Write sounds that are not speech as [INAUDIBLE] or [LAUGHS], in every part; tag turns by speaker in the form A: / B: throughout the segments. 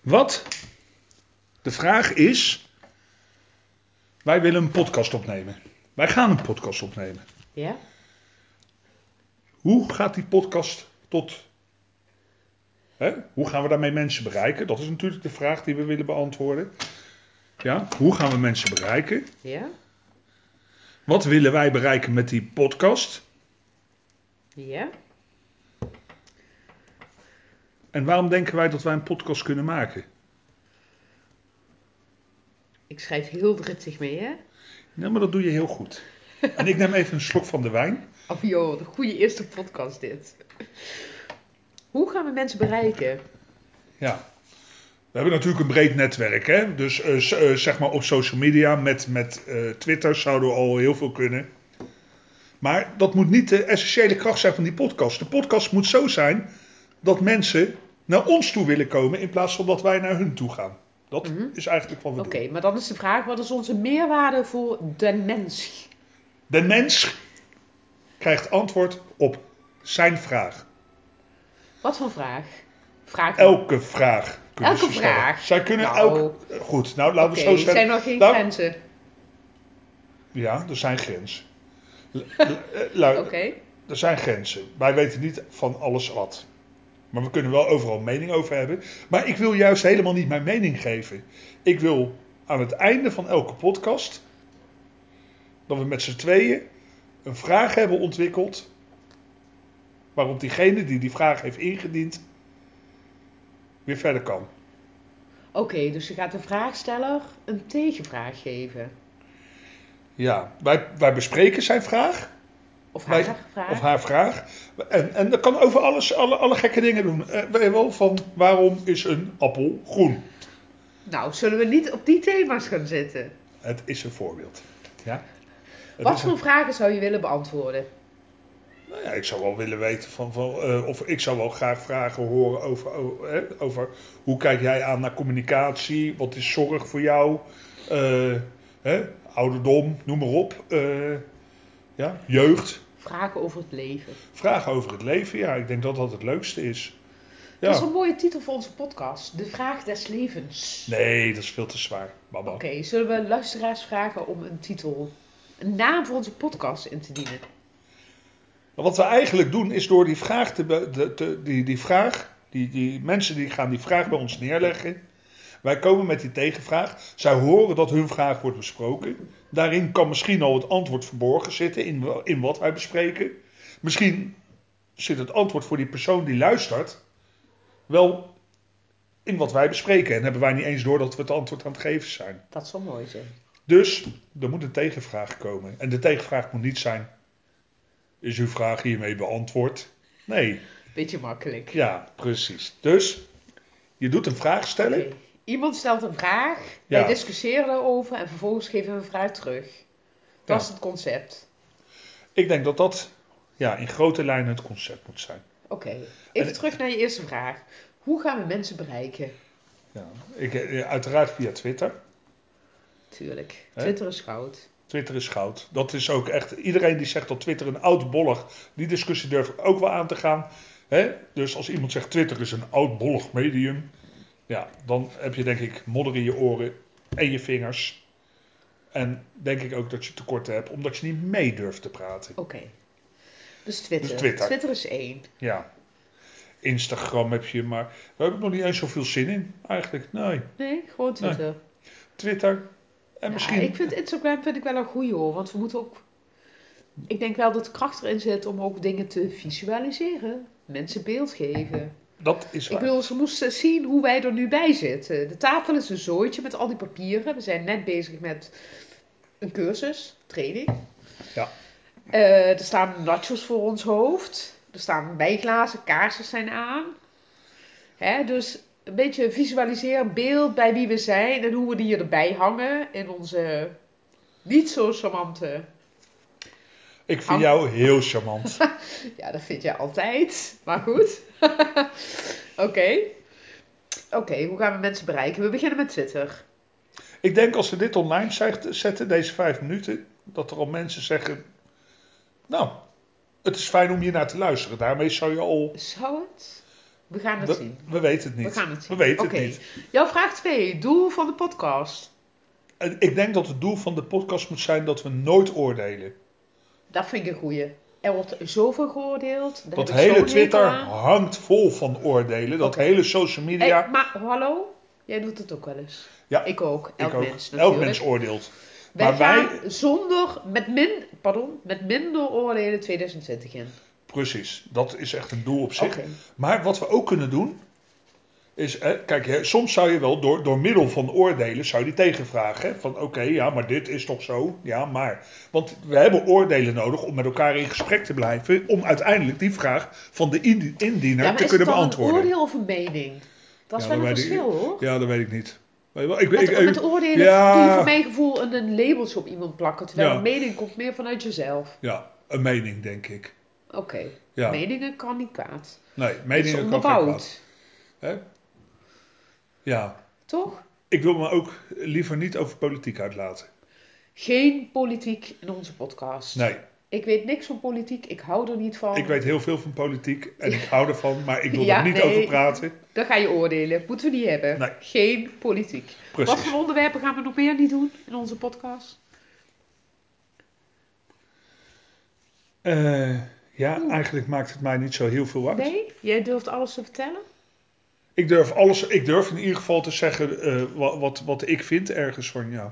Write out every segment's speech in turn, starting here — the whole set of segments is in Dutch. A: Wat? De vraag is. Wij willen een podcast opnemen. Wij gaan een podcast opnemen.
B: Ja?
A: Hoe gaat die podcast tot. Hè? Hoe gaan we daarmee mensen bereiken? Dat is natuurlijk de vraag die we willen beantwoorden. Ja, hoe gaan we mensen bereiken?
B: Ja?
A: Wat willen wij bereiken met die podcast?
B: Ja?
A: En waarom denken wij dat wij een podcast kunnen maken?
B: Ik schrijf heel driftig mee, hè?
A: Nou, maar dat doe je heel goed. En ik neem even een slok van de wijn.
B: Oh joh, de goede eerste podcast dit. Hoe gaan we mensen bereiken?
A: Ja. We hebben natuurlijk een breed netwerk, hè? Dus eh, s- eh, zeg maar op social media met, met eh, Twitter zouden we al heel veel kunnen. Maar dat moet niet de essentiële kracht zijn van die podcast. De podcast moet zo zijn dat mensen naar ons toe willen komen in plaats van dat wij naar hun toe gaan. Dat
B: Mhm.
A: is eigenlijk wat we
B: Oké,
A: doen.
B: maar dan is de vraag: wat is onze meerwaarde voor de mens?
A: De mens krijgt antwoord op zijn vraag.
B: Wat voor vraag? Vraag.
A: Elke vraag. kunnen
B: Elke
A: ze stellen.
B: vraag.
A: Zij kunnen
B: Nou.
A: elke. Goed, nou laten
B: Oké,
A: we het zo stellen.
B: zijn er geen
A: Nou,
B: grenzen?
A: Ja, er zijn grenzen. Lu- eh, lu-
B: Oké.
A: Er zijn grenzen. Wij weten niet van alles wat. Maar we kunnen wel overal mening over hebben. Maar ik wil juist helemaal niet mijn mening geven. Ik wil aan het einde van elke podcast. dat we met z'n tweeën een vraag hebben ontwikkeld. waarop diegene die die vraag heeft ingediend. weer verder kan.
B: Oké, dus je gaat de vraagsteller een tegenvraag geven.
A: Ja, wij, wij bespreken zijn vraag.
B: Of haar
A: Wij-
B: vraag.
A: Of haar vraag. En, en dat kan over alles, alle, alle gekke dingen doen. Eh, weet je wel, van waarom is een appel groen?
B: Nou, zullen we niet op die thema's gaan zitten?
A: Het is een voorbeeld. Ja? Het
B: Wat
A: is
B: voor
A: een-
B: vragen zou je willen beantwoorden?
A: nou ja, ik zou wel willen weten van, van eh, of ik zou wel graag vragen horen over, o- eh, over hoe kijk jij aan naar communicatie? Wat is zorg voor jou? Eh, hè, ouderdom, noem maar op. Eh, ja, jeugd.
B: Vragen over het leven.
A: Vragen over het leven, ja, ik denk dat dat het leukste is. Ja.
B: Dat is een mooie titel voor onze podcast. De vraag des levens.
A: Nee, dat is veel te zwaar. Baba.
B: Oké, zullen we luisteraars vragen om een titel, een naam voor onze podcast in te dienen?
A: Maar Wat we eigenlijk doen is door die vraag, te, be- de- te- die, die vraag die, die mensen die gaan die vraag bij ons neerleggen. Wij komen met die tegenvraag. Zij horen dat hun vraag wordt besproken. Daarin kan misschien al het antwoord verborgen zitten in, wa- in wat wij bespreken. Misschien zit het antwoord voor die persoon die luistert wel in wat wij bespreken. En hebben wij niet eens door dat we het antwoord aan het geven zijn.
B: Dat zou mooi zijn.
A: Dus er moet een tegenvraag komen. En de tegenvraag moet niet zijn: Is uw vraag hiermee beantwoord? Nee,
B: Beetje makkelijk.
A: ja, precies. Dus je doet een vraag stellen.
B: Oké, Iemand stelt een vraag,
A: Ja.
B: wij discussiëren daarover en vervolgens geven we een vraag terug.
A: Ja.
B: Dat is het concept.
A: Ik denk dat dat ja, in grote lijnen het concept moet zijn.
B: Oké, even
A: En-
B: terug naar je eerste vraag. Hoe gaan we mensen bereiken?
A: Ja, ik, eh, uiteraard via Twitter.
B: Tuurlijk,
A: Hè?
B: Twitter is goud.
A: Twitter is goud. Dat is ook echt. Iedereen die zegt dat Twitter een oud bollig. Die discussie durf ik ook wel aan te gaan. Hè? Dus als iemand zegt Twitter is een oud bollig medium. Ja, dan heb je denk ik modder in je oren en je vingers. En denk ik ook dat je tekorten hebt omdat je niet mee durft te praten.
B: Oké, dus, Twitter.
A: Dus Twitter.
B: is één.
A: Ja. Instagram heb je, maar daar heb ik nog niet eens zoveel zin in eigenlijk. Nee.
B: Nee, gewoon Twitter.
A: Twitter. En
B: Ja,
A: misschien.
B: ik vind Instagram vind ik wel een goeie hoor, want we moeten ook... Ik denk wel dat de kracht erin zit om ook dingen te visualiseren. Mensen beeld geven.
A: Dat is
B: Ik
A: waar.
B: bedoel, ze moesten zien hoe wij er nu bij zitten. De tafel is een zooitje met al die papieren. We zijn net bezig met een cursus, training.
A: Ja.
B: Eh, er staan nachos voor ons hoofd. Er staan bijglazen, kaarsjes zijn aan. Hè, dus een beetje visualiseren, beeld bij wie we zijn en hoe we die erbij hangen in onze niet zo charmante.
A: Ik vind jou heel charmant.
B: Ja, dat vind jij altijd, maar goed. [LAUGHS] Oké. Oké, hoe gaan we mensen bereiken? We beginnen met Twitter.
A: Ik denk als ze dit online zegt- zetten, deze vijf minuten, dat er al mensen zeggen: Nou, het is fijn om hier naar te luisteren. Daarmee zou je al.
B: Zou het? We gaan het
A: We,
B: zien.
A: we weten het niet.
B: We gaan het zien.
A: weten
B: Oké.
A: het niet.
B: Jouw vraag 2. Doel van de podcast.
A: En Ik denk dat het doel van de podcast moet zijn dat we nooit oordelen.
B: Dat vind ik een goeie. Er wordt zoveel geoordeeld. Daar
A: Dat
B: heb ik zo'n
A: hele
B: hekel
A: Twitter
B: aan.
A: hangt vol van oordelen. Dat
B: Oké.
A: hele social
B: Hey,
A: media.
B: maar hallo, jij doet het ook wel eens.
A: Ja,
B: ik ook. Elk
A: ik ook.
B: mens
A: Elk
B: natuurlijk.
A: mens oordeelt.
B: wij
A: maar wij-
B: gaan zonder, met, min, pardon, met minder oordelen 2020 in.
A: Precies. Dat is echt een doel op zich.
B: Oké.
A: Maar wat we ook kunnen doen. Is, hè, kijk, hè, soms zou je wel door, door middel van oordelen zou je die tegenvragen. hè, Van oké, ja, maar dit is toch zo? Ja, maar. Want we hebben oordelen nodig om met elkaar in gesprek te blijven. Om uiteindelijk die vraag van de indi- indiener
B: Ja, maar
A: te
B: is het
A: kunnen
B: dan een
A: beantwoorden.
B: oordeel of een mening? Dat is
A: Ja,
B: wel een
A: dat weet ik-
B: verschil hoor.
A: Ja, dat weet ik niet. Maar wel, Ik,
B: Met,
A: ik,
B: met oordelen
A: ja.
B: kun je voor mijn gevoel een, een labeltje op iemand plakken. Terwijl
A: Ja.
B: een mening komt meer vanuit jezelf.
A: ja, een mening, denk ik.
B: Oké,
A: Ja.
B: meningen kan niet kwaad.
A: Nee,
B: Het is
A: meningen kan geen kwaad.
B: onderbouwd,
A: Ja.
B: toch?
A: Ik wil me ook liever niet over politiek uitlaten.
B: Geen politiek in onze podcast.
A: Nee,
B: Ik weet niks van politiek, ik hou er niet van.
A: ik weet heel veel van politiek en ik hou ervan, maar ik wil
B: Ja,
A: er niet
B: nee.
A: over praten.
B: Dan ga je oordelen. Moeten we niet hebben.
A: Nee.
B: Geen politiek. Wat
A: Precies.
B: voor onderwerpen gaan we nog meer niet doen in onze podcast?
A: Eh, ja, eigenlijk maakt het mij niet zo heel veel uit.
B: Nee? Jij durft alles te vertellen?
A: Ik, durf alles, ik durf in ieder geval te zeggen eh, wa- wat, wat ik vind ergens van jou.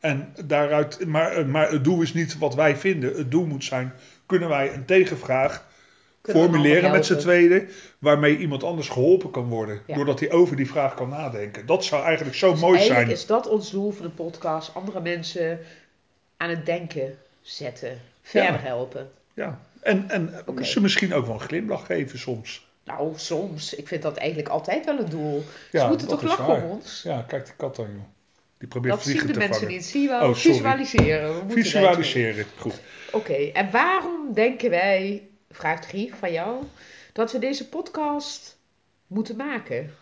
A: En daaruit, maar, eh, maar het doel is niet wat wij vinden. Het doel moet zijn, kunnen wij een tegenvraag
B: Kunnen we
A: formuleren
B: allemaal
A: met z'n
B: helpen?
A: tweeën, waarmee iemand anders geholpen kan worden,
B: Ja.
A: doordat hij over die vraag kan nadenken. Dat zou eigenlijk zo
B: Dus
A: mooi
B: eigenlijk
A: zijn.
B: is dat ons doel van de podcast. Andere mensen aan het denken zetten. Verder helpen.
A: Ja. En, en
B: Oké.
A: ze misschien ook wel een glimlach geven soms.
B: Nou, soms. Ik vind dat eigenlijk altijd wel het doel.
A: Ja,
B: Ze moeten
A: dat
B: toch
A: is
B: lachen
A: waar.
B: om ons?
A: Ja, kijk die kat dan, joh. Die probeert
B: Dat zien
A: vliegen
B: de
A: te
B: mensen
A: vangen.
B: niet. Zie je wel?
A: Oh, sorry.
B: Visualiseren. We moeten bij twee.
A: Visualiseren. Goed.
B: Oké, en waarom denken wij, vraag 3 van jou, dat we deze podcast moeten maken?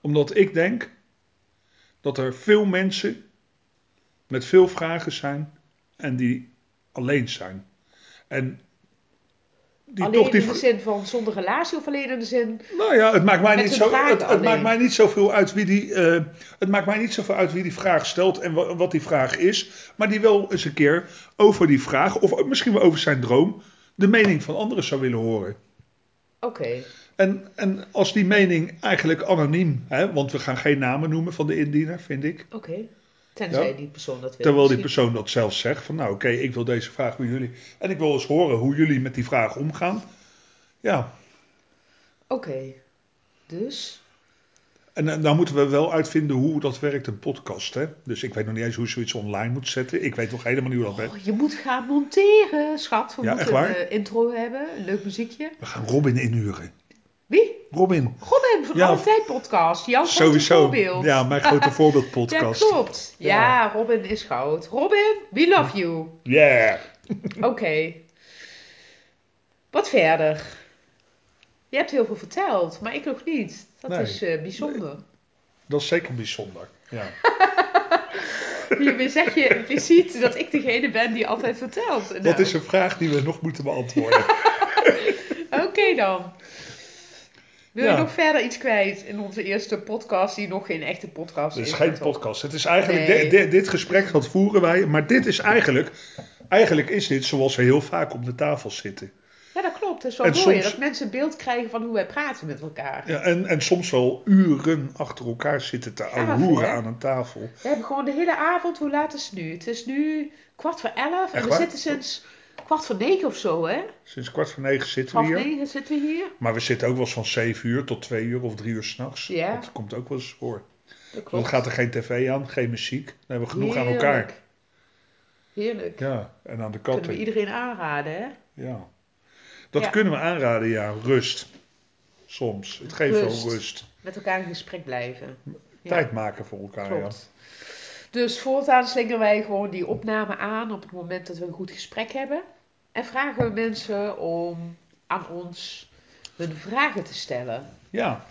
A: Omdat ik denk dat er veel mensen met veel vragen zijn en die alleen zijn. En die
B: alleen
A: toch die.
B: in de zin van zonder relatie of alleen in de zin...
A: Nou ja, het maakt, mij
B: Met
A: niet
B: hun
A: zo,
B: vragen
A: het, het
B: alleen.
A: maakt mij niet zoveel uit wie die. eh, het maakt mij niet zoveel uit wie die vraag stelt en wa- wat die vraag is. Maar die wel eens een keer over die vraag, of misschien wel over zijn droom, de mening van anderen zou willen horen.
B: Oké,
A: En, en als die mening eigenlijk anoniem, hè, want we gaan geen namen noemen van de indiener, vind ik.
B: oké. Tenzij
A: Ja.
B: die persoon dat wil.
A: Terwijl die
B: misschien.
A: persoon dat zelf zegt: van nou, oké, ik wil deze vraag bij jullie. En ik wil eens horen hoe jullie met die vraag omgaan. Ja,
B: Oké, dus...
A: en eh, nou moeten we wel uitvinden hoe dat werkt, een podcast. Hè? Dus ik weet nog niet eens hoe je zoiets online moet zetten. Ik weet nog helemaal niet hoe dat werkt.
B: Oh, je moet gaan monteren, schat. We
A: Ja, echt
B: moeten
A: waar?
B: een eh, intro hebben, een leuk muziekje.
A: We gaan Robin inhuren.
B: Wie?
A: Robin,
B: Robin van
A: Ja.
B: Alle Tijd podcast. Jouw grote
A: sowieso.
B: Oh, voorbeeld.
A: Ja, mijn
B: [LAUGHS]
A: grote voorbeeld
B: Ja,
A: podcast.
B: klopt. Ja.
A: Ja.
B: Robin is goud. Robin, we love
A: [LAUGHS]
B: you.
A: Yeah.
B: Oké. Wat verder? Je hebt heel veel verteld, maar ik nog niet. Dat
A: Nee.
B: is eh, bijzonder. [LAUGHS]
A: Dat is zeker bijzonder. Ja.
B: Hiermee zeg je impliciet dat ik degene ben die altijd vertelt. Nou,
A: Dat is een vraag die we nog moeten beantwoorden.
B: Oké dan. Wil
A: Ja.
B: je nog verder iets kwijt in onze eerste podcast, die nog geen echte podcast
A: Het
B: is?
A: is geen
B: maar toch?
A: podcast. Het is eigenlijk
B: Nee.
A: di- di- dit gesprek dat voeren wij, maar dit is eigenlijk, eigenlijk is dit zoals we heel vaak om de tafel zitten.
B: Ja, dat klopt. Het is wel
A: En
B: mooi
A: soms-
B: dat mensen een beeld krijgen van hoe wij praten met elkaar.
A: Ja, en, en soms wel uren achter elkaar zitten te
B: Gaaf,
A: ouwehoeren
B: hè?
A: aan een tafel.
B: We hebben gewoon de hele avond, hoe laat is het nu? Het is nu kwart voor elf en
A: Echt
B: we
A: waar?
B: zitten sinds kwart voor negen of zo, hè?
A: Sinds kwart voor negen zitten we
B: Half
A: hier.
B: negen zitten we hier.
A: Maar we zitten ook wel eens van 7 uur tot 2 uur of 3 uur s'nachts.
B: Ja.
A: Dat komt ook wel eens voor.
B: Dat klopt.
A: Dan gaat er geen tv aan, geen muziek. Dan hebben we genoeg aan
B: Heerlijk.
A: elkaar.
B: Heerlijk.
A: Ja, en aan de
B: Kunnen we
A: katten.
B: iedereen aanraden, hè?
A: Ja. Dat
B: Ja.
A: kunnen we aanraden, ja. Rust. Soms. Het geeft
B: Rust.
A: wel rust.
B: Met elkaar in gesprek blijven. Ja,
A: Tijd maken voor elkaar, ja.
B: klopt. Dus voortaan slingen wij gewoon die opname aan op het moment dat we een goed gesprek hebben. En vragen we mensen om aan ons hun vragen te stellen.
A: Ja.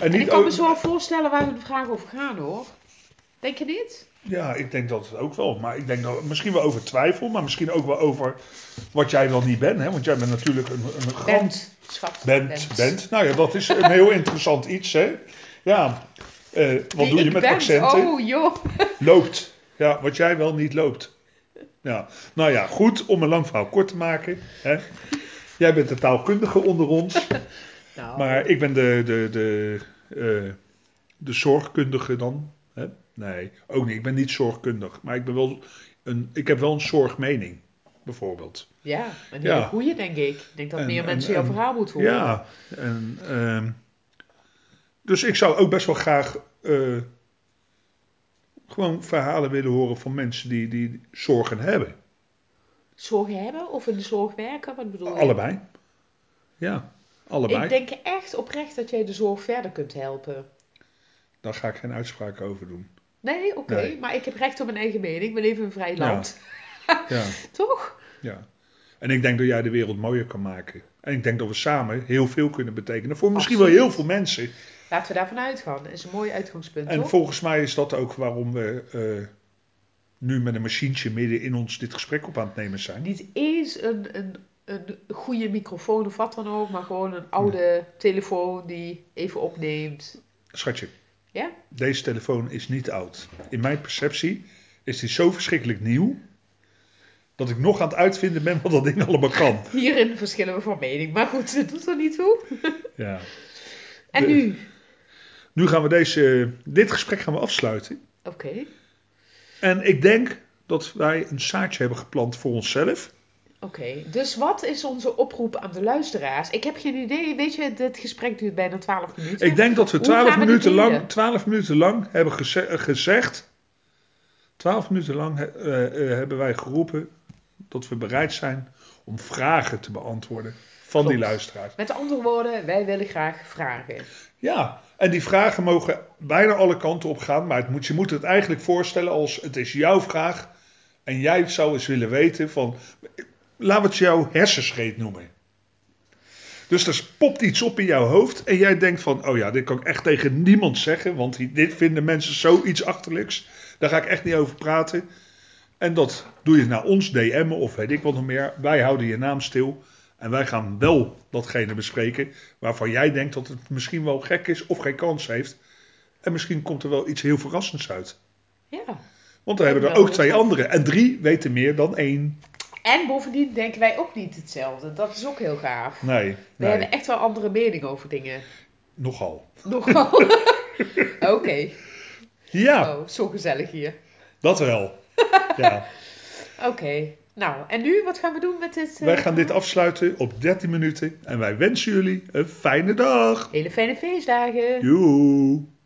B: En ik kan me zo wel voorstellen waar hun vragen over gaan hoor. Denk je niet?
A: Ja, ik denk dat het ook wel. Maar ik denk dat misschien wel over twijfel, maar misschien ook wel over wat jij wel niet bent. Hè? Want jij bent natuurlijk een, een grand
B: Bent, schat.
A: bent, bent. Nou ja, dat is een heel interessant iets, hè? Ja. Eh, wat
B: Wie
A: doe je
B: ik
A: met
B: ben.
A: accenten?
B: Oh joh.
A: Loopt. Ja, wat jij wel niet loopt. Ja. Nou ja, goed, om een lang verhaal kort te maken. Hè? Jij bent de taalkundige onder ons,
B: Nou,
A: maar ik ben de, de, de, eh, de zorgkundige dan. Hè? Nee, ook niet. Ik ben niet zorgkundig, maar ik, ben wel een, ik heb wel een zorgmening, bijvoorbeeld.
B: ja, een hele
A: Ja.
B: goeie denk ik. Ik denk dat
A: En-
B: meer
A: en-
B: mensen jouw
A: en-
B: verhaal moeten horen.
A: Ja, en, ehm, dus ik zou ook best wel graag eh, gewoon verhalen willen horen van mensen die, die zorgen hebben.
B: Zorgen hebben of in de zorg werken? Wat bedoel je?
A: Allebei. Ja, allebei.
B: Ik denk echt oprecht dat jij de zorg verder kunt helpen.
A: Daar ga ik geen uitspraak over doen.
B: Nee, oké,
A: Nee.
B: maar ik heb recht op mijn eigen mening. We leven in een vrij
A: Ja.
B: land,
A: Ja,
B: toch?
A: ja. En ik denk dat jij de wereld mooier kan maken. En ik denk dat we samen heel veel kunnen betekenen. Voor misschien wel heel
B: Absoluut.
A: veel mensen.
B: Laten we daarvan uitgaan. Dat is een mooi uitgangspunt,
A: En
B: toch?
A: volgens mij is dat ook waarom we eh, nu met een machientje midden in ons dit gesprek op aan het nemen zijn.
B: Niet eens een, een, een goede microfoon of wat dan ook, maar gewoon een oude telefoon die even opneemt.
A: Schatje.
B: Ja?
A: Deze telefoon is niet oud. In mijn perceptie is die zo verschrikkelijk nieuw. Dat ik nog aan het uitvinden ben wat dat ding allemaal kan.
B: Hierin verschillen we van mening, maar goed, [LAUGHS] het doet er niet toe.
A: Ja.
B: En
A: De-
B: nu?
A: Nu gaan we deze, dit gesprek gaan we afsluiten.
B: Oké,
A: En ik denk dat wij een zaadje hebben geplant voor onszelf.
B: oké. Dus wat is onze oproep aan de luisteraars? Ik heb geen idee. Weet je, dit gesprek duurt bijna 12 minuten.
A: Ik denk dat we
B: Hoe
A: 12
B: gaan we dit
A: minuten,
B: delen?
A: lang, 12 minuten lang hebben geze- eh, gezegd. 12 minuten lang eh, eh, hebben wij geroepen dat we bereid zijn om vragen te beantwoorden van die
B: Klopt.
A: luisteraars.
B: Met andere woorden, wij willen graag vragen.
A: Ja, en die vragen mogen bijna alle kanten op gaan, maar het moet, je moet het eigenlijk voorstellen als het is jouw vraag en jij zou eens willen weten van, laten we het jouw hersenscheet noemen. Dus er popt iets op in jouw hoofd en jij denkt van, oh ja, dit kan ik echt tegen niemand zeggen, want die- dit vinden mensen zoiets achterlijks, daar ga ik echt niet over praten. En dat doe je naar ons DM'en of weet ik wat nog meer. Wij houden je naam stil en wij gaan wel datgene bespreken waarvan jij denkt dat het misschien wel gek is of geen kans heeft. En misschien komt er wel iets heel verrassends uit.
B: Ja.
A: Want er hebben er
B: Nou,
A: ook
B: dat
A: twee
B: kan.
A: anderen. En drie weten meer dan één.
B: En bovendien denken wij ook niet hetzelfde. Dat is ook heel gaaf.
A: Nee,
B: We
A: nee
B: hebben echt wel andere meningen
A: [LAUGHS]
B: over dingen.
A: nogal.
B: Nogal. Oké.
A: Nou. Ja,
B: Oh, zo gezellig hier.
A: dat
B: [LAUGHS]
A: wel. Ja.
B: Oké. Nou, en nu? Wat gaan we doen met dit? eh,
A: Wij gaan dit afsluiten op 13 minuten. En wij wensen jullie een fijne dag.
B: Hele fijne feestdagen.
A: Joe.